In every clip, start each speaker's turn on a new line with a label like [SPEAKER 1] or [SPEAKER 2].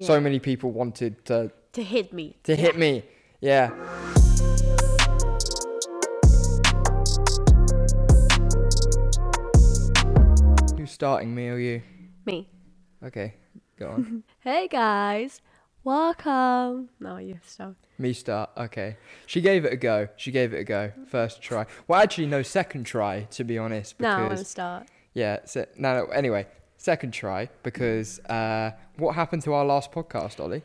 [SPEAKER 1] So many people wanted to
[SPEAKER 2] to hit me.
[SPEAKER 1] to hit me. Yeah. Who's starting, me or you?
[SPEAKER 2] Me.
[SPEAKER 1] Okay, go on.
[SPEAKER 2] Hey guys, welcome. No, you stop.
[SPEAKER 1] me start. Okay. She gave it a go. She gave it a go. First try. Well, actually, no, second try, to be honest.
[SPEAKER 2] No, I want
[SPEAKER 1] Because
[SPEAKER 2] to start.
[SPEAKER 1] Yeah, se- no, no. Anyway, second try because uh, what happened to our last podcast, Ollie?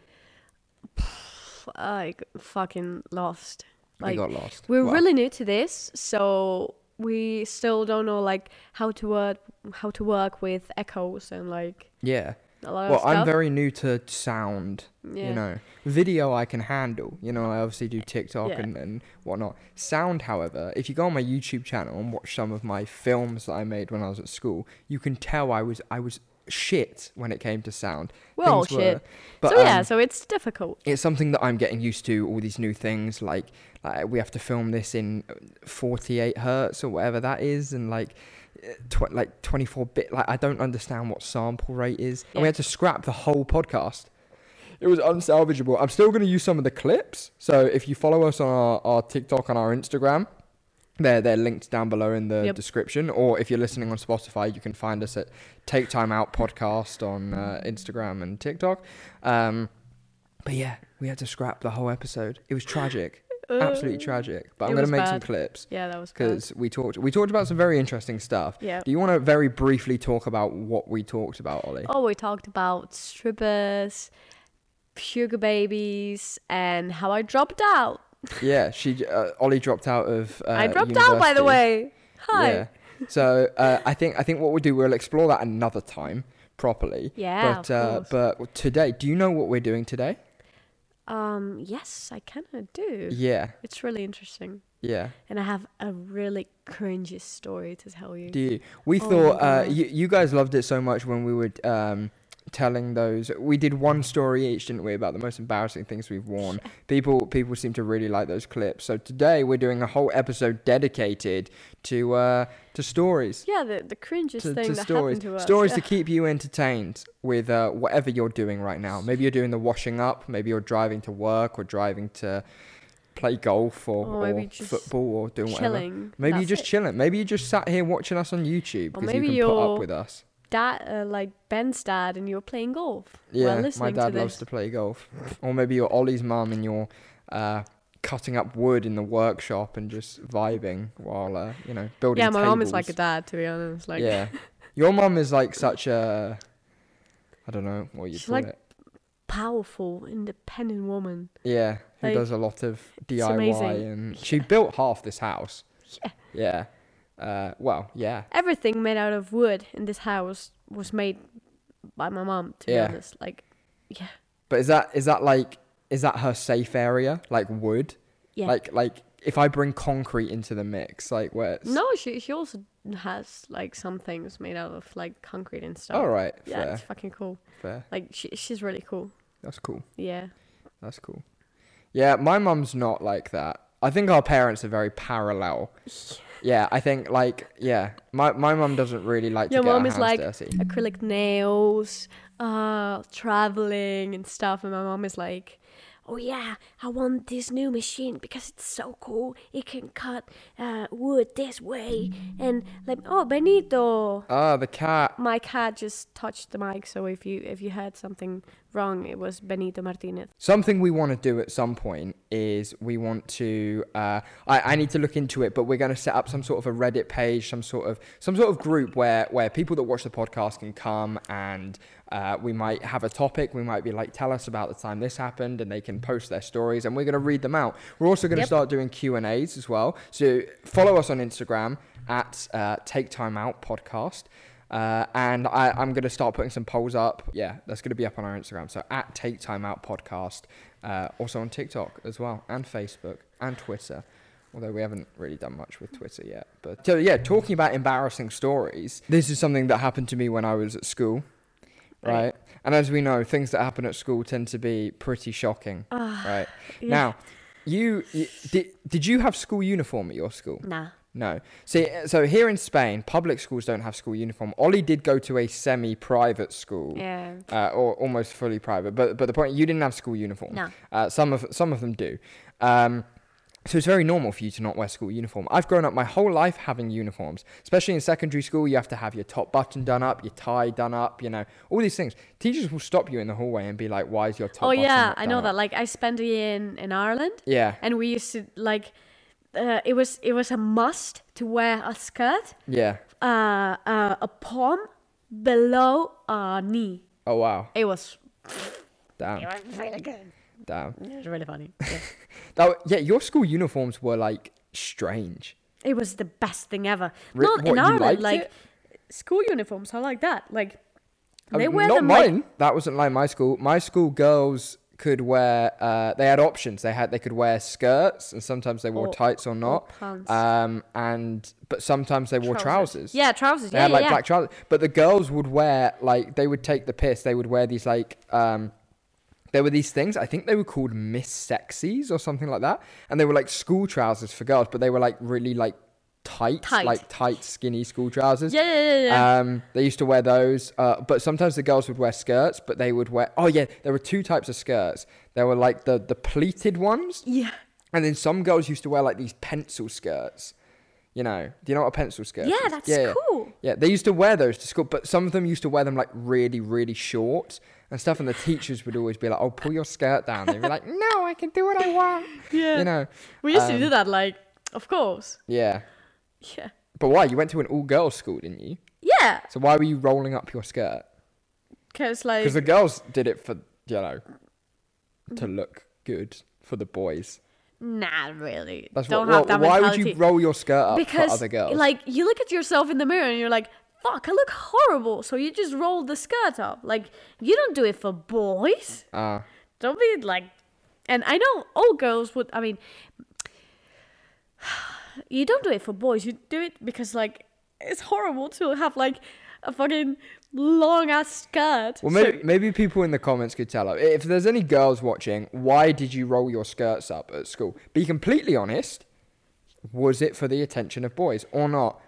[SPEAKER 2] F- I g- fucking lost.
[SPEAKER 1] we
[SPEAKER 2] Like
[SPEAKER 1] got lost.
[SPEAKER 2] we're
[SPEAKER 1] Well,
[SPEAKER 2] really new to this, so we still don't know like how to work how to work with echoes and like
[SPEAKER 1] yeah.
[SPEAKER 2] a lot
[SPEAKER 1] Well,
[SPEAKER 2] of stuff.
[SPEAKER 1] I'm very new to sound.
[SPEAKER 2] Yeah.
[SPEAKER 1] You know, video I can handle. You know, I obviously do TikTok
[SPEAKER 2] Yeah.
[SPEAKER 1] and, and whatnot. Sound, however, if you go on my YouTube channel and watch some of my films that I made when I was at school, you can tell I was I was shit when it came to sound.
[SPEAKER 2] We're all
[SPEAKER 1] Things
[SPEAKER 2] shit.
[SPEAKER 1] but,
[SPEAKER 2] so yeah,
[SPEAKER 1] um,
[SPEAKER 2] so it's difficult.
[SPEAKER 1] it's something that I'm getting used to. All these new things, like, like we have to film this in 48 hertz or whatever that is, and like, eh, tw- like 24 bit. Like, I don't understand what sample rate is, and
[SPEAKER 2] Yeah.
[SPEAKER 1] we had to scrap the whole podcast. It was unsalvageable. I'm still going to use some of the clips. So if you follow us on our, our TikTok and our Instagram, they're they're linked down below in the
[SPEAKER 2] Yep.
[SPEAKER 1] description. Or if you're listening on Spotify, you can find us at Take Time Out Podcast on uh, Instagram and TikTok. Um, but yeah, we had to scrap the whole episode. It was tragic, absolutely tragic. But I'm
[SPEAKER 2] Uh, it
[SPEAKER 1] going
[SPEAKER 2] was
[SPEAKER 1] to make some
[SPEAKER 2] bad.
[SPEAKER 1] clips
[SPEAKER 2] Yeah, that was good.
[SPEAKER 1] because we talked we talked about some very interesting stuff.
[SPEAKER 2] Yeah.
[SPEAKER 1] Do you want to very briefly talk about what we talked about, Ollie?
[SPEAKER 2] Oh, we talked about strippers, sugar babies, and how I dropped out.
[SPEAKER 1] Yeah, she uh, Ollie dropped out of. Uh,
[SPEAKER 2] I dropped out, by the
[SPEAKER 1] university.
[SPEAKER 2] way. Hi.
[SPEAKER 1] Yeah. So uh, I think I think what we'll do we'll explore that another time properly.
[SPEAKER 2] Yeah,
[SPEAKER 1] But
[SPEAKER 2] of
[SPEAKER 1] uh,
[SPEAKER 2] course.
[SPEAKER 1] but today, do you know what we're doing today?
[SPEAKER 2] Um, yes, I kind of do.
[SPEAKER 1] Yeah.
[SPEAKER 2] It's really interesting.
[SPEAKER 1] Yeah.
[SPEAKER 2] And I have a really cringy story to tell you.
[SPEAKER 1] Do you? We
[SPEAKER 2] Oh my
[SPEAKER 1] thought uh,
[SPEAKER 2] God.
[SPEAKER 1] you you guys loved it so much when we were um, telling those. We did one story each, didn't we, about the most embarrassing things we've worn. People people seem to really like those clips. So today we're doing a whole episode dedicated to uh, to stories.
[SPEAKER 2] yeah, the, the cringiest
[SPEAKER 1] to,
[SPEAKER 2] thing
[SPEAKER 1] to
[SPEAKER 2] that
[SPEAKER 1] stories,
[SPEAKER 2] happened to us.
[SPEAKER 1] stories
[SPEAKER 2] yeah.
[SPEAKER 1] to keep you entertained with uh, whatever you're doing right now. Maybe you're doing the washing up. Maybe you're driving to work or driving to play golf or,
[SPEAKER 2] Or
[SPEAKER 1] or
[SPEAKER 2] maybe just
[SPEAKER 1] football or doing whatever.
[SPEAKER 2] chilling.
[SPEAKER 1] Maybe
[SPEAKER 2] That's
[SPEAKER 1] you're just
[SPEAKER 2] it.
[SPEAKER 1] chilling. Maybe you just sat here watching us on YouTube
[SPEAKER 2] Or
[SPEAKER 1] because you
[SPEAKER 2] maybe
[SPEAKER 1] can put up
[SPEAKER 2] you're-
[SPEAKER 1] with us.
[SPEAKER 2] Dad, uh, like Ben's dad, and you're playing golf
[SPEAKER 1] Yeah,
[SPEAKER 2] while listening
[SPEAKER 1] my dad
[SPEAKER 2] to
[SPEAKER 1] loves
[SPEAKER 2] this.
[SPEAKER 1] to play golf. Or maybe you're Ollie's mum and you're uh, cutting up wood in the workshop and just vibing while uh, you know building.
[SPEAKER 2] yeah, my mom is like a
[SPEAKER 1] tables.
[SPEAKER 2] dad, to be honest. Like,
[SPEAKER 1] yeah, your mum is like such a. I don't know what you
[SPEAKER 2] She's
[SPEAKER 1] call
[SPEAKER 2] like
[SPEAKER 1] it.
[SPEAKER 2] powerful, independent woman.
[SPEAKER 1] Yeah, who
[SPEAKER 2] like,
[SPEAKER 1] does a lot of
[SPEAKER 2] amazing.
[SPEAKER 1] DIY and she built half this house. Yeah. Yeah. Uh, well, yeah.
[SPEAKER 2] Everything made out of wood in this house was made by my mom, to
[SPEAKER 1] Yeah.
[SPEAKER 2] be honest. Like, yeah.
[SPEAKER 1] But is that is that like is that her safe area like wood?
[SPEAKER 2] Yeah.
[SPEAKER 1] Like like if I bring concrete into the mix, like where it's
[SPEAKER 2] No, she she also has like some things made out of like concrete and stuff.
[SPEAKER 1] All right,
[SPEAKER 2] Yeah,
[SPEAKER 1] fair,
[SPEAKER 2] it's fucking cool.
[SPEAKER 1] fair.
[SPEAKER 2] Like she she's really cool.
[SPEAKER 1] That's cool.
[SPEAKER 2] Yeah.
[SPEAKER 1] That's cool. Yeah, my mum's not like that. I think our parents are very parallel. Yeah, I think like yeah, my my mum doesn't really like
[SPEAKER 2] Your
[SPEAKER 1] to get
[SPEAKER 2] mom
[SPEAKER 1] her
[SPEAKER 2] is
[SPEAKER 1] hands
[SPEAKER 2] like
[SPEAKER 1] dirty.
[SPEAKER 2] acrylic nails, uh, traveling and stuff, and my mom is like. Oh yeah, I want this new machine because it's so cool. It can cut uh, wood this way, and like oh Benito,
[SPEAKER 1] Ah, the cat.
[SPEAKER 2] my cat just touched the mic. So if you if you heard something wrong, it was Benito Martinez.
[SPEAKER 1] Something we want to do at some point is we want to. Uh, I, I need to look into it, but we're going to set up some sort of a Reddit page, some sort of some sort of group where where people that watch the podcast can come and uh, we might have a topic. We might be like, tell us about the time this happened, and they can post their stories, and we're going to read them out. We're also going to
[SPEAKER 2] Yep.
[SPEAKER 1] start doing Q and A's as well. So follow us on Instagram at uh, Take Time Out Podcast. Uh, and I, I'm going to start putting some polls up. Yeah, that's going to be up on our Instagram. So at Take Time Out Podcast, uh, also on TikTok as well, and Facebook and Twitter. Although we haven't really done much with Twitter yet. But so yeah, talking about embarrassing stories, this is something that happened to me when I was at school, right?
[SPEAKER 2] Right.
[SPEAKER 1] And as we know, things that happen at school tend to be pretty shocking, right?
[SPEAKER 2] yeah.
[SPEAKER 1] Now, you, you did, did you have school uniform at your school?
[SPEAKER 2] Nah,
[SPEAKER 1] No. See, uh, so here in Spain, public schools don't have school uniform. Ollie did go to a semi-private school,
[SPEAKER 2] Yeah.
[SPEAKER 1] uh, or almost fully private. But but the point, you didn't have school uniform.
[SPEAKER 2] No.
[SPEAKER 1] Uh, some of some of them do. Um, so it's very normal for you to not wear school uniform. I've grown up my whole life having uniforms, especially in secondary school. You have to have your top button done up, your tie done up, you know, all these things. Teachers will stop you in the hallway and be like, "Why is your top?"
[SPEAKER 2] Oh
[SPEAKER 1] button
[SPEAKER 2] yeah,
[SPEAKER 1] not
[SPEAKER 2] I
[SPEAKER 1] done
[SPEAKER 2] know
[SPEAKER 1] up?"
[SPEAKER 2] that. Like I spent a year in, in Ireland
[SPEAKER 1] Yeah,
[SPEAKER 2] and we used to like uh, it was it was a must to wear a skirt,
[SPEAKER 1] yeah.
[SPEAKER 2] uh, uh, a palm below a knee.
[SPEAKER 1] Oh wow,
[SPEAKER 2] It was
[SPEAKER 1] damn,
[SPEAKER 2] it was really good.
[SPEAKER 1] damn.
[SPEAKER 2] It was really funny. Yeah.
[SPEAKER 1] That, Oh, yeah, your school uniforms were like strange.
[SPEAKER 2] it was the best thing ever.
[SPEAKER 1] Re-
[SPEAKER 2] not
[SPEAKER 1] what,
[SPEAKER 2] in
[SPEAKER 1] you
[SPEAKER 2] Ireland,
[SPEAKER 1] liked
[SPEAKER 2] like
[SPEAKER 1] it?
[SPEAKER 2] school uniforms are like that. Like
[SPEAKER 1] Um,
[SPEAKER 2] they wear
[SPEAKER 1] not
[SPEAKER 2] them like
[SPEAKER 1] mine. that wasn't like my school. My school girls could wear. Uh, they had options. They had they could wear skirts, and sometimes they wore
[SPEAKER 2] Or-
[SPEAKER 1] tights or not.
[SPEAKER 2] Oh, pants.
[SPEAKER 1] Um, and but sometimes they wore trousers.
[SPEAKER 2] Yeah, trousers.
[SPEAKER 1] They
[SPEAKER 2] yeah,
[SPEAKER 1] had
[SPEAKER 2] yeah,
[SPEAKER 1] like
[SPEAKER 2] yeah.
[SPEAKER 1] black trousers, but the girls would wear like they would take the piss. They would wear these like um, there were these things. I think they were called Miss Sexies or something like that, and they were like school trousers for girls, but they were like really like tight,
[SPEAKER 2] Tight.
[SPEAKER 1] like tight skinny school trousers.
[SPEAKER 2] Yeah, yeah, yeah, yeah.
[SPEAKER 1] Um, they used to wear those, uh, but sometimes the girls would wear skirts, but they would wear. Oh yeah, there were two types of skirts. There were like the the pleated ones,
[SPEAKER 2] yeah.
[SPEAKER 1] and then some girls used to wear like these pencil skirts. You know, do you know what a pencil skirt?
[SPEAKER 2] Yeah,
[SPEAKER 1] is?
[SPEAKER 2] that's
[SPEAKER 1] yeah.
[SPEAKER 2] cool.
[SPEAKER 1] Yeah, they used to wear those to school, but some of them used to wear them like really, really short and stuff. And the teachers would always be like, "Oh, pull your skirt down." They'd be like, "No, I can do what I want."
[SPEAKER 2] Yeah.
[SPEAKER 1] You know.
[SPEAKER 2] we used to
[SPEAKER 1] um,
[SPEAKER 2] do that. Like, of course.
[SPEAKER 1] Yeah,
[SPEAKER 2] Yeah.
[SPEAKER 1] but why? You went to an all-girls school, didn't you?
[SPEAKER 2] Yeah,
[SPEAKER 1] So why were you rolling up your skirt?
[SPEAKER 2] because like
[SPEAKER 1] Because the girls did it for you know to
[SPEAKER 2] Mm-hmm.
[SPEAKER 1] look good for the boys.
[SPEAKER 2] nah, really.
[SPEAKER 1] That's
[SPEAKER 2] don't
[SPEAKER 1] what.
[SPEAKER 2] have
[SPEAKER 1] why-
[SPEAKER 2] that
[SPEAKER 1] why would
[SPEAKER 2] mentality.
[SPEAKER 1] you roll your skirt up
[SPEAKER 2] because
[SPEAKER 1] for other girls?
[SPEAKER 2] like you look at yourself in the mirror and you're like, fuck, I look horrible. So you just roll the skirt up. Like you don't do it for boys.
[SPEAKER 1] Ah,
[SPEAKER 2] Don't be like. And I know all girls would. I mean, you don't do it for boys. You do it because like it's horrible to have like a fucking long ass skirt.
[SPEAKER 1] Well,
[SPEAKER 2] So-
[SPEAKER 1] maybe, maybe people in the comments could tell us if there's any girls watching. Why did you roll your skirts up at school? Be completely honest. Was it for the attention of boys or not?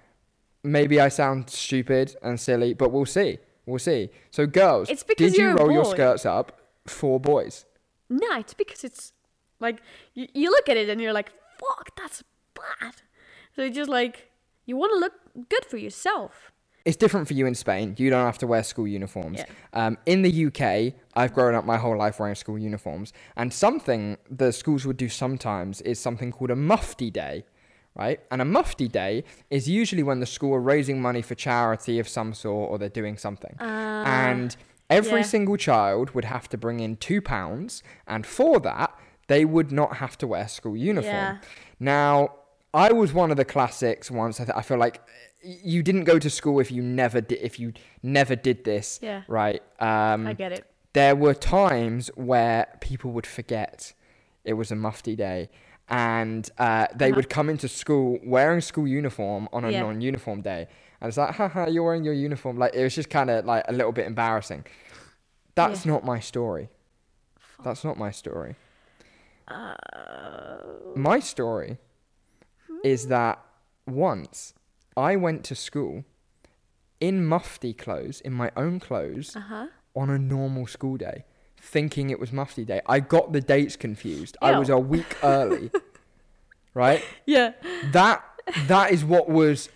[SPEAKER 1] Maybe I sound stupid and silly, but we'll see. We'll see. So, girls,
[SPEAKER 2] It's because
[SPEAKER 1] did you
[SPEAKER 2] you're a
[SPEAKER 1] roll your
[SPEAKER 2] boy.
[SPEAKER 1] skirts up for boys?
[SPEAKER 2] No, it's because it's like you, you look at it and you're like, fuck, that's bad. So you just like, you want to look good for yourself.
[SPEAKER 1] it's different for you in Spain. You don't have to wear school uniforms.
[SPEAKER 2] Yeah.
[SPEAKER 1] Um, in the UK, I've grown up my whole life wearing school uniforms. And something the schools would do sometimes is something called a mufti day, right? And a mufti day is usually when the school are raising money for charity of some sort or they're doing something. and every
[SPEAKER 2] Ah, yeah.
[SPEAKER 1] single child would have to bring in two pounds. And for that, they would not have to wear school uniform.
[SPEAKER 2] Yeah.
[SPEAKER 1] Now, I was one of the classics once. I, th- I feel like you didn't go to school if you never did if you never did this.
[SPEAKER 2] Yeah.
[SPEAKER 1] Right. Um,
[SPEAKER 2] I get it.
[SPEAKER 1] there were times where people would forget it was a mufti day. And uh, they would come into school wearing school uniform on a
[SPEAKER 2] Uh-huh. Yeah.
[SPEAKER 1] non-uniform day, and it's like, haha, you're wearing your uniform. Like it was just kind of like a little bit embarrassing. That's not my story. That's not my story.
[SPEAKER 2] Uh-huh.
[SPEAKER 1] My story is that once I went to school in mufti clothes, in my own clothes,
[SPEAKER 2] Uh-huh.
[SPEAKER 1] on a normal school day, thinking it was mufti day. I got the dates confused. I was
[SPEAKER 2] Ew.
[SPEAKER 1] a week early. right?
[SPEAKER 2] Yeah.
[SPEAKER 1] That that is what was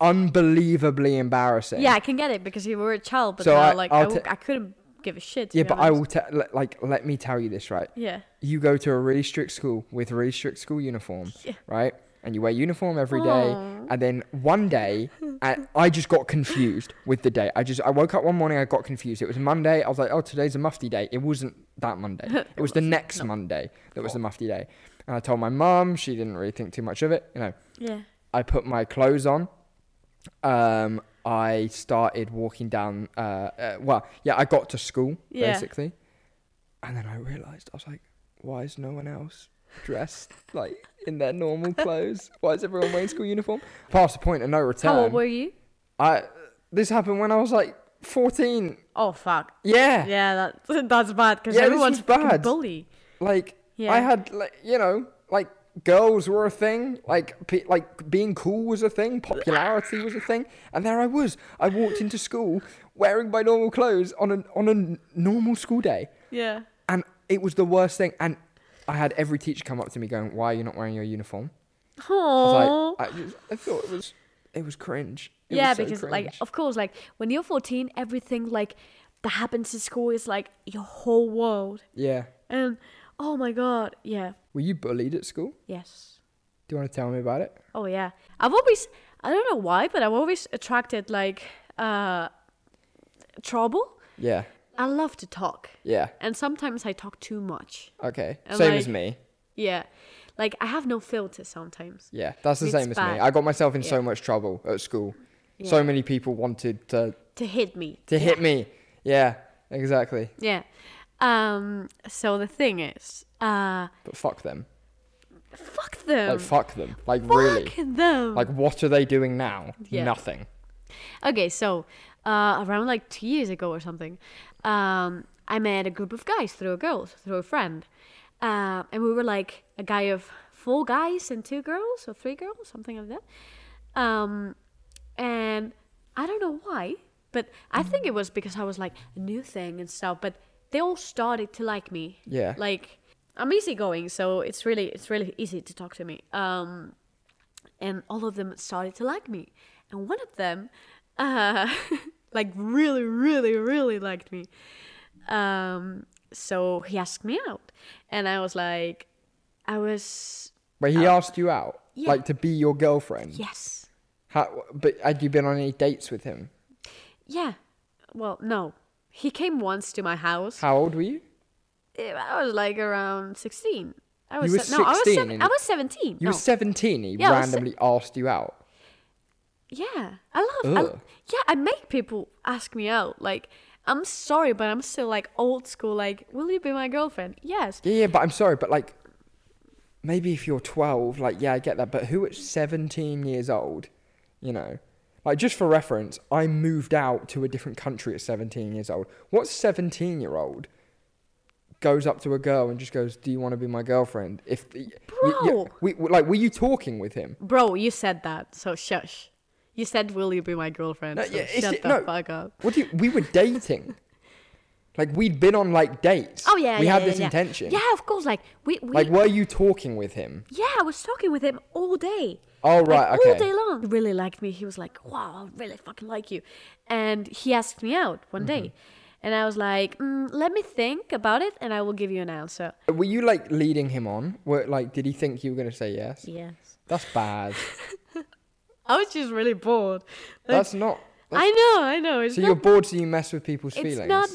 [SPEAKER 1] unbelievably embarrassing.
[SPEAKER 2] Yeah, I can get it because you were a child, but
[SPEAKER 1] So
[SPEAKER 2] now,
[SPEAKER 1] I-
[SPEAKER 2] like,
[SPEAKER 1] I'll
[SPEAKER 2] I, w-
[SPEAKER 1] ta-
[SPEAKER 2] I couldn't give a shit. to
[SPEAKER 1] Yeah,
[SPEAKER 2] be
[SPEAKER 1] but I
[SPEAKER 2] honest.
[SPEAKER 1] will tell. Like, let me tell you this, right?
[SPEAKER 2] Yeah.
[SPEAKER 1] you go to a really strict school with really strict school uniform,
[SPEAKER 2] Yeah.
[SPEAKER 1] right? And you wear uniform every day.
[SPEAKER 2] Aw.
[SPEAKER 1] And then one day, I, I just got confused with the day. I just I woke up one morning, I got confused. It was Monday. I was like, oh, today's a mufti day. It wasn't that Monday. It, was the next Monday that was the mufti day. And I told my mum. She didn't really think too much of it. You know,
[SPEAKER 2] Yeah.
[SPEAKER 1] I put my clothes on. Um, I started walking down. Uh, uh, well, yeah, I got to school
[SPEAKER 2] Yeah.
[SPEAKER 1] basically, and then I realized I was like, why is no one else dressed like in their normal clothes? Why is everyone wearing school uniform? Past the point of no return.
[SPEAKER 2] How old were you?
[SPEAKER 1] I this happened when I was like fourteen.
[SPEAKER 2] Oh, fuck.
[SPEAKER 1] Yeah,
[SPEAKER 2] Yeah, that, that's bad because
[SPEAKER 1] Yeah, this
[SPEAKER 2] everyone's
[SPEAKER 1] was
[SPEAKER 2] fucking
[SPEAKER 1] bad.
[SPEAKER 2] bully.
[SPEAKER 1] like
[SPEAKER 2] Yeah.
[SPEAKER 1] I had like you know like girls were a thing, like pe- like being cool was a thing, popularity was a thing, and there I was. I walked into school wearing my normal clothes on an on a n- normal school day,
[SPEAKER 2] Yeah.
[SPEAKER 1] and it was the worst thing. And I had every teacher come up to me going, "Why are you not wearing your uniform?" I
[SPEAKER 2] Oh.
[SPEAKER 1] was like, I, just, I thought it was it was cringe. It
[SPEAKER 2] yeah,
[SPEAKER 1] was so
[SPEAKER 2] because like
[SPEAKER 1] cringe.
[SPEAKER 2] of course, like when you're 14, everything like that happens in school is like your whole world.
[SPEAKER 1] yeah.
[SPEAKER 2] And oh my god, yeah,
[SPEAKER 1] Were you bullied at school?
[SPEAKER 2] yes.
[SPEAKER 1] Do you want to tell me about it?
[SPEAKER 2] Oh yeah. I've always I don't know why, but I've always attracted like uh trouble.
[SPEAKER 1] Yeah.
[SPEAKER 2] I love to talk.
[SPEAKER 1] Yeah.
[SPEAKER 2] And sometimes I talk too much.
[SPEAKER 1] Okay.
[SPEAKER 2] And,
[SPEAKER 1] same as
[SPEAKER 2] like-
[SPEAKER 1] me.
[SPEAKER 2] Yeah. Like I have no filter sometimes.
[SPEAKER 1] Yeah. That's the
[SPEAKER 2] It's
[SPEAKER 1] same as me.
[SPEAKER 2] bad.
[SPEAKER 1] I got myself in
[SPEAKER 2] Yeah.
[SPEAKER 1] so much trouble at school.
[SPEAKER 2] Yeah.
[SPEAKER 1] So many people wanted to
[SPEAKER 2] To hit me.
[SPEAKER 1] to hit me. Yeah. Exactly.
[SPEAKER 2] Yeah. Um so the thing is, uh
[SPEAKER 1] But fuck them.
[SPEAKER 2] fuck them.
[SPEAKER 1] Like fuck them. Like
[SPEAKER 2] Um, fuck
[SPEAKER 1] really.
[SPEAKER 2] them.
[SPEAKER 1] Like what are they doing now?
[SPEAKER 2] Yeah.
[SPEAKER 1] Nothing.
[SPEAKER 2] Okay, so uh, around like two years ago or something, um, I met a group of guys through a girl, through a friend. Uh, and we were like a guy of four guys and two girls or three girls, something like that. Um, and I don't know why, but I think it was because I was like a new thing and stuff, but they all started to like me.
[SPEAKER 1] Yeah.
[SPEAKER 2] Like, I'm easygoing, so it's really it's really easy to talk to me. Um, and all of them started to like me. And one of them, uh, like really, really, really liked me. Um, so he asked me out, and I was like, I was
[SPEAKER 1] But he asked you out,
[SPEAKER 2] Uh, yeah.
[SPEAKER 1] like to be your girlfriend.
[SPEAKER 2] yes,
[SPEAKER 1] How, but had you been on any dates with him?
[SPEAKER 2] yeah. Well, no, he came once to my house. Eh,
[SPEAKER 1] How old were you?
[SPEAKER 2] I was like around sixteen. I
[SPEAKER 1] You
[SPEAKER 2] was
[SPEAKER 1] were
[SPEAKER 2] se- no, I was
[SPEAKER 1] 16
[SPEAKER 2] seven,
[SPEAKER 1] and-
[SPEAKER 2] I was seventeen.
[SPEAKER 1] You
[SPEAKER 2] no.
[SPEAKER 1] were 17. He
[SPEAKER 2] Oh. Yeah, I was se-
[SPEAKER 1] randomly asked you out.
[SPEAKER 2] Yeah, I love. I,
[SPEAKER 1] Ugh.
[SPEAKER 2] yeah, I make people ask me out. Like, I'm sorry, but I'm still like old school. Like, will you be my girlfriend? Yes.
[SPEAKER 1] Yeah, yeah, but I'm sorry, but like, maybe if you're 12, like, yeah, I get that. But who at 17 years old, you know, like, just for reference, I moved out to a different country at 17 years old. What 17 year old goes up to a girl and just goes, "Do you want to be my girlfriend?" If y- y- y-
[SPEAKER 2] Bro.
[SPEAKER 1] we, we- like, were you talking with him?
[SPEAKER 2] Bro, you said that, so shush. You said, "Will you be my girlfriend?" so
[SPEAKER 1] yeah, it's-
[SPEAKER 2] shut the
[SPEAKER 1] no.
[SPEAKER 2] fuck up.
[SPEAKER 1] What do you, we were dating. like we'd been on like dates.
[SPEAKER 2] Oh yeah,
[SPEAKER 1] we
[SPEAKER 2] yeah,
[SPEAKER 1] had
[SPEAKER 2] yeah,
[SPEAKER 1] this
[SPEAKER 2] yeah.
[SPEAKER 1] intention.
[SPEAKER 2] Yeah, of course. Like we, we
[SPEAKER 1] Like, were you talking with him?
[SPEAKER 2] yeah, I was talking with him all day.
[SPEAKER 1] Oh right,
[SPEAKER 2] like,
[SPEAKER 1] okay.
[SPEAKER 2] all day long. He really liked me. He was like, wow, I really fucking like you. And he asked me out one day.
[SPEAKER 1] Mm-hmm.
[SPEAKER 2] And I was like, mm, let me think about it and I will give you an answer.
[SPEAKER 1] Were you like leading him on? Were, like, did he think you were going to say yes?
[SPEAKER 2] Yes.
[SPEAKER 1] That's bad.
[SPEAKER 2] I was just really bored. Like,
[SPEAKER 1] That's not.
[SPEAKER 2] I know, I know. It's
[SPEAKER 1] So
[SPEAKER 2] not,
[SPEAKER 1] you're bored, so you mess with people's
[SPEAKER 2] it's
[SPEAKER 1] feelings.
[SPEAKER 2] not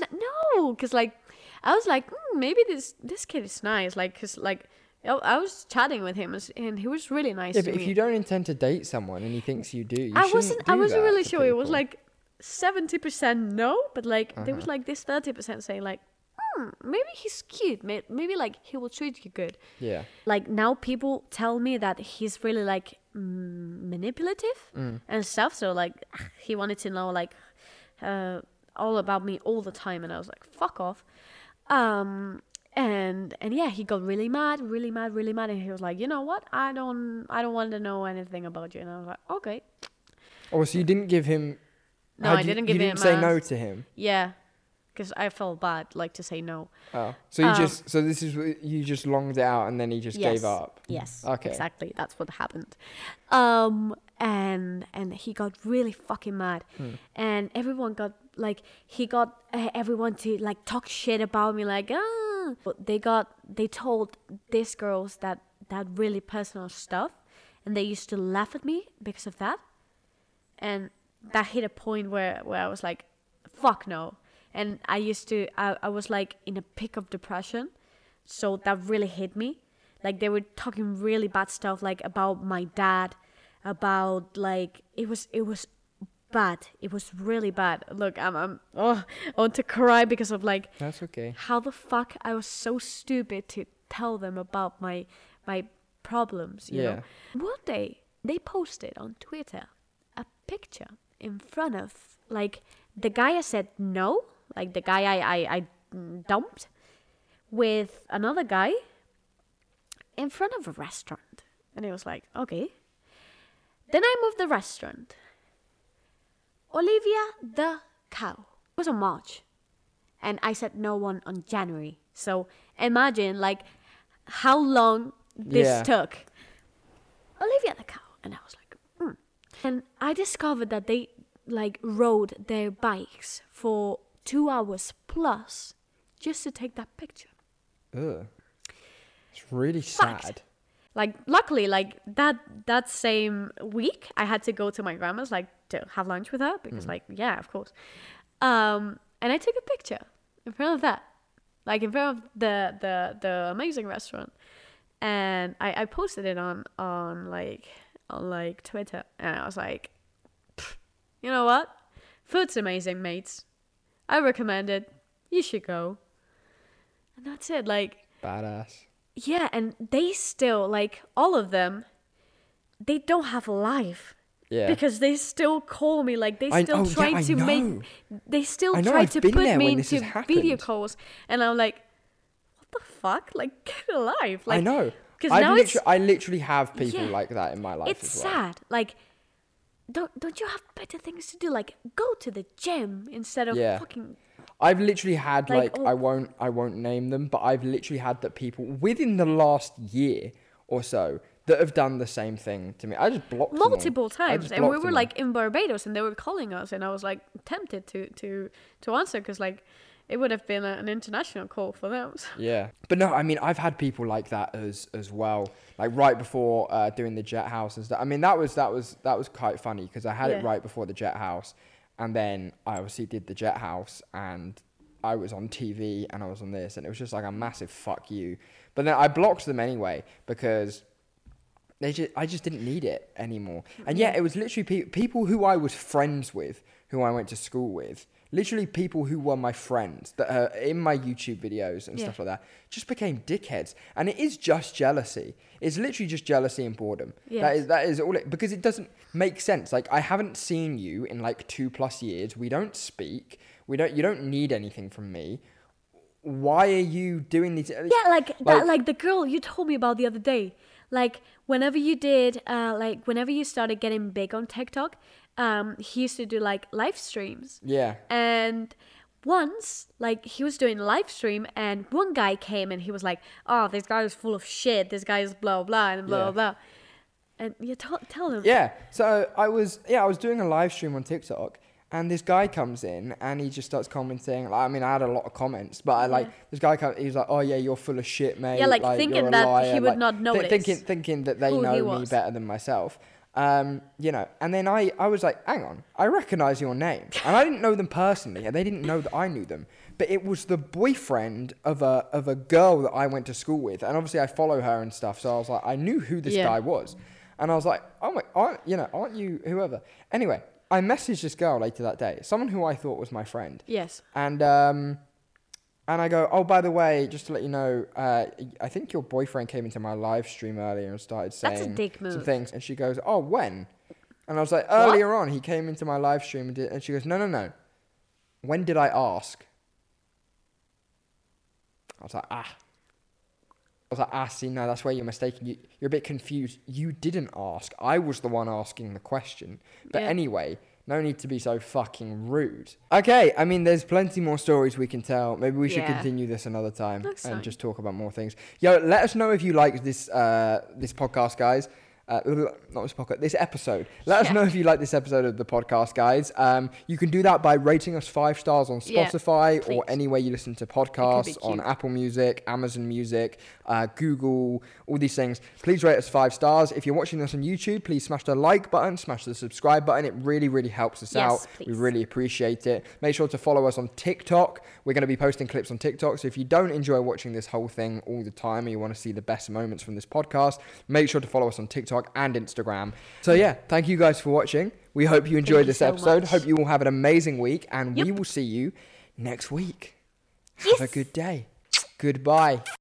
[SPEAKER 2] no, because like I was like "Hmm, maybe this this kid is nice, like because like I, I was chatting with him and s- and he was really nice
[SPEAKER 1] yeah,
[SPEAKER 2] to
[SPEAKER 1] but
[SPEAKER 2] me.
[SPEAKER 1] if you don't intend to date someone and he thinks you do, you
[SPEAKER 2] I
[SPEAKER 1] shouldn't
[SPEAKER 2] wasn't I
[SPEAKER 1] do
[SPEAKER 2] wasn't
[SPEAKER 1] that
[SPEAKER 2] really
[SPEAKER 1] to
[SPEAKER 2] sure. It was
[SPEAKER 1] people.
[SPEAKER 2] like seventy percent no, but like there
[SPEAKER 1] Uh-huh.
[SPEAKER 2] was like this thirty percent saying like hmm, maybe he's cute, may- maybe like he will treat you good.
[SPEAKER 1] Yeah.
[SPEAKER 2] like now people tell me that he's really like mm, manipulative
[SPEAKER 1] Mm.
[SPEAKER 2] and stuff so like he wanted to know like uh, all about me all the time and i was like fuck off um and and yeah he got really mad really mad really mad and he was like you know what i don't i don't want to know anything about you and i was like okay
[SPEAKER 1] Oh, so you didn't give him.
[SPEAKER 2] No,
[SPEAKER 1] had
[SPEAKER 2] I
[SPEAKER 1] you-
[SPEAKER 2] didn't give
[SPEAKER 1] you
[SPEAKER 2] him
[SPEAKER 1] didn't say
[SPEAKER 2] a-
[SPEAKER 1] no to him.
[SPEAKER 2] yeah because i felt bad like to say no
[SPEAKER 1] Oh, so you
[SPEAKER 2] Um,
[SPEAKER 1] just so this is what- you just longed it out and then he just gave up.
[SPEAKER 2] Yes.
[SPEAKER 1] Okay.
[SPEAKER 2] Exactly. That's what happened. Um and and he got really fucking mad. And everyone got like he got uh, everyone to like talk shit about me like ah but they got they told these girls that that really personal stuff and they used to laugh at me because of that. And that hit a point where where I was like fuck no. And I used to I, I was like in a peak of depression so that really hit me like they were talking really bad stuff like about my dad about like it was it was bad it was really bad look i'm, I'm oh i want to cry because of like
[SPEAKER 1] That's okay.
[SPEAKER 2] how the fuck i was so stupid to tell them about my my problems you
[SPEAKER 1] Yeah.
[SPEAKER 2] know one day they posted on twitter a picture in front of like the guy i said no like the guy i i, I dumped with another guy in front of a restaurant. And it was like, okay. The name of the restaurant Olivia the Cow. It was on March. And I said no one on January. So imagine, like, how long this
[SPEAKER 1] Yeah.
[SPEAKER 2] took. Olivia the Cow. And I was like, hmm. And I discovered that they, like, rode their bikes for two hours plus just to take that picture.
[SPEAKER 1] Ugh. It's really
[SPEAKER 2] Fact.
[SPEAKER 1] sad.
[SPEAKER 2] like luckily like that that same week i had to go to my grandma's like to have lunch with her because like yeah of course um and i took a picture in front of that like in front of the the the amazing restaurant and i i posted it on on like on like twitter and i was like "Pfft, you know what food's amazing mates i recommend it you should go and that's it like
[SPEAKER 1] Badass.
[SPEAKER 2] yeah, and they still like all of them. They don't have a life
[SPEAKER 1] Yeah.
[SPEAKER 2] because they still call me. Like they
[SPEAKER 1] I-
[SPEAKER 2] still
[SPEAKER 1] oh, yeah,
[SPEAKER 2] try
[SPEAKER 1] I
[SPEAKER 2] to
[SPEAKER 1] know.
[SPEAKER 2] make. They still
[SPEAKER 1] I know,
[SPEAKER 2] try
[SPEAKER 1] I've
[SPEAKER 2] to
[SPEAKER 1] been
[SPEAKER 2] put
[SPEAKER 1] there
[SPEAKER 2] me
[SPEAKER 1] when this has
[SPEAKER 2] into video
[SPEAKER 1] happened.
[SPEAKER 2] calls, and I'm like, what the fuck? Like get a life. Like
[SPEAKER 1] I know.
[SPEAKER 2] Because
[SPEAKER 1] I've
[SPEAKER 2] now it's
[SPEAKER 1] literally, I literally have people
[SPEAKER 2] Yeah.
[SPEAKER 1] like that in my life
[SPEAKER 2] it's
[SPEAKER 1] as well.
[SPEAKER 2] sad. Like don't don't you have better things to do? Like go to the gym instead of
[SPEAKER 1] Yeah.
[SPEAKER 2] fucking
[SPEAKER 1] I've literally had like,
[SPEAKER 2] Like, oh.
[SPEAKER 1] I won't I won't name them, but I've literally had that people within the last year or so that have done the same thing to me. I just blocked them all.
[SPEAKER 2] multiple
[SPEAKER 1] I
[SPEAKER 2] times
[SPEAKER 1] just
[SPEAKER 2] and we
[SPEAKER 1] blocked
[SPEAKER 2] were
[SPEAKER 1] them all.
[SPEAKER 2] like in barbados and they were calling us and i was like tempted to to to answer because like it would have been a, an international call for them so-
[SPEAKER 1] Yeah, but no, I mean I've had people like that as as well. Like right before uh, doing the jet house and stuff. I mean that was that was that was quite funny because I had it
[SPEAKER 2] Yeah.
[SPEAKER 1] right before the jet house, and then I obviously did the jet house and. I was on TV and I was on this, and it was just like a massive fuck you. But then I blocked them anyway because they just, I just didn't need it anymore. And
[SPEAKER 2] Mm.
[SPEAKER 1] yeah, it was literally pe- people who I was friends with, who I went to school with, literally people who were my friends that are in my YouTube videos and
[SPEAKER 2] Yeah.
[SPEAKER 1] stuff like that, just became dickheads. And it is just jealousy. It's literally just jealousy and boredom. That
[SPEAKER 2] Yes.
[SPEAKER 1] is that is all it because it doesn't make sense. Like I haven't seen you in like two plus years. We don't speak. We don't. You don't need anything from me. Why are you doing these?
[SPEAKER 2] yeah like that like the girl you told me about the other day like whenever you did uh like whenever you started getting big on tiktok um he used to do like live streams
[SPEAKER 1] Yeah.
[SPEAKER 2] And once, like, he was doing a live stream, and one guy came and he was like, Oh, this guy is full of shit. This guy is blah, blah, and blah,
[SPEAKER 1] Yeah.
[SPEAKER 2] blah. And you t- tell him,
[SPEAKER 1] Yeah. So I was yeah, I was doing a live stream on TikTok and this guy comes in and he just starts commenting. Like, I mean, I had a lot of comments, but I like
[SPEAKER 2] Yeah.
[SPEAKER 1] this guy come, he was like, "Oh yeah, you're full of shit, mate."
[SPEAKER 2] Hmm. Yeah, like, thinking
[SPEAKER 1] you're a
[SPEAKER 2] that he
[SPEAKER 1] liar,"
[SPEAKER 2] would not notice
[SPEAKER 1] thinking thinking that they
[SPEAKER 2] who he
[SPEAKER 1] know me
[SPEAKER 2] was.
[SPEAKER 1] better than myself. Um, you know, and then I, I was like, hang on, I recognize your name. And I didn't know them personally, and they didn't know that I knew them. But it was the boyfriend of a of a girl that I went to school with. And obviously I follow her and stuff, so I was like, I knew who this
[SPEAKER 2] Yeah.
[SPEAKER 1] guy was. And I was like, oh my, aren't, you know, aren't you whoever? Anyway, I messaged this girl later that day, someone who I thought was my friend.
[SPEAKER 2] Yes.
[SPEAKER 1] And, um, and I go, oh, by the way, just to let you know, uh, I think your boyfriend came into my live stream earlier and started saying
[SPEAKER 2] That's a dick
[SPEAKER 1] some
[SPEAKER 2] move.
[SPEAKER 1] things. And she goes, oh, when? And I was like, earlier on, he came into my live stream and did, and she goes, no, no, no. When did I ask? I was like, ah. I was like, ah, see, no, that's where you're mistaken. You, you're a bit confused. You didn't ask. I was the one asking the question. But
[SPEAKER 2] Yeah.
[SPEAKER 1] anyway, no need to be so fucking rude. Okay, I mean, there's plenty more stories we can tell. Maybe we should
[SPEAKER 2] Yeah.
[SPEAKER 1] continue this another time
[SPEAKER 2] Next
[SPEAKER 1] and
[SPEAKER 2] time.
[SPEAKER 1] just talk about more things. Yo, let us know if you liked this uh, this podcast, guys. Uh, not this podcast, this episode. Let us
[SPEAKER 2] Yeah.
[SPEAKER 1] know if you like this episode of the podcast, guys. Um, you can do that by rating us five stars on
[SPEAKER 2] Yeah,
[SPEAKER 1] Spotify or
[SPEAKER 2] please.
[SPEAKER 1] anywhere you listen to
[SPEAKER 2] be
[SPEAKER 1] podcasts on
[SPEAKER 2] cute.
[SPEAKER 1] Apple Music, Amazon Music, uh, Google, all these things. Please rate us five stars. If you're watching this on YouTube, please smash the like button, smash the subscribe button. It really, really helps us
[SPEAKER 2] Yes,
[SPEAKER 1] out. We
[SPEAKER 2] please.
[SPEAKER 1] really appreciate it. Make sure to follow us on TikTok. We're going to be posting clips on TikTok. So if you don't enjoy watching this whole thing all the time and you want to see the best moments from this podcast, make sure to follow us on TikTok and Instagram. So yeah, thank you guys for watching. We hope you enjoyed
[SPEAKER 2] you
[SPEAKER 1] this
[SPEAKER 2] so
[SPEAKER 1] episode.
[SPEAKER 2] much.
[SPEAKER 1] Hope you all have an amazing week and we
[SPEAKER 2] Yep.
[SPEAKER 1] will see you next week. Have
[SPEAKER 2] Yes.
[SPEAKER 1] a good day. Goodbye.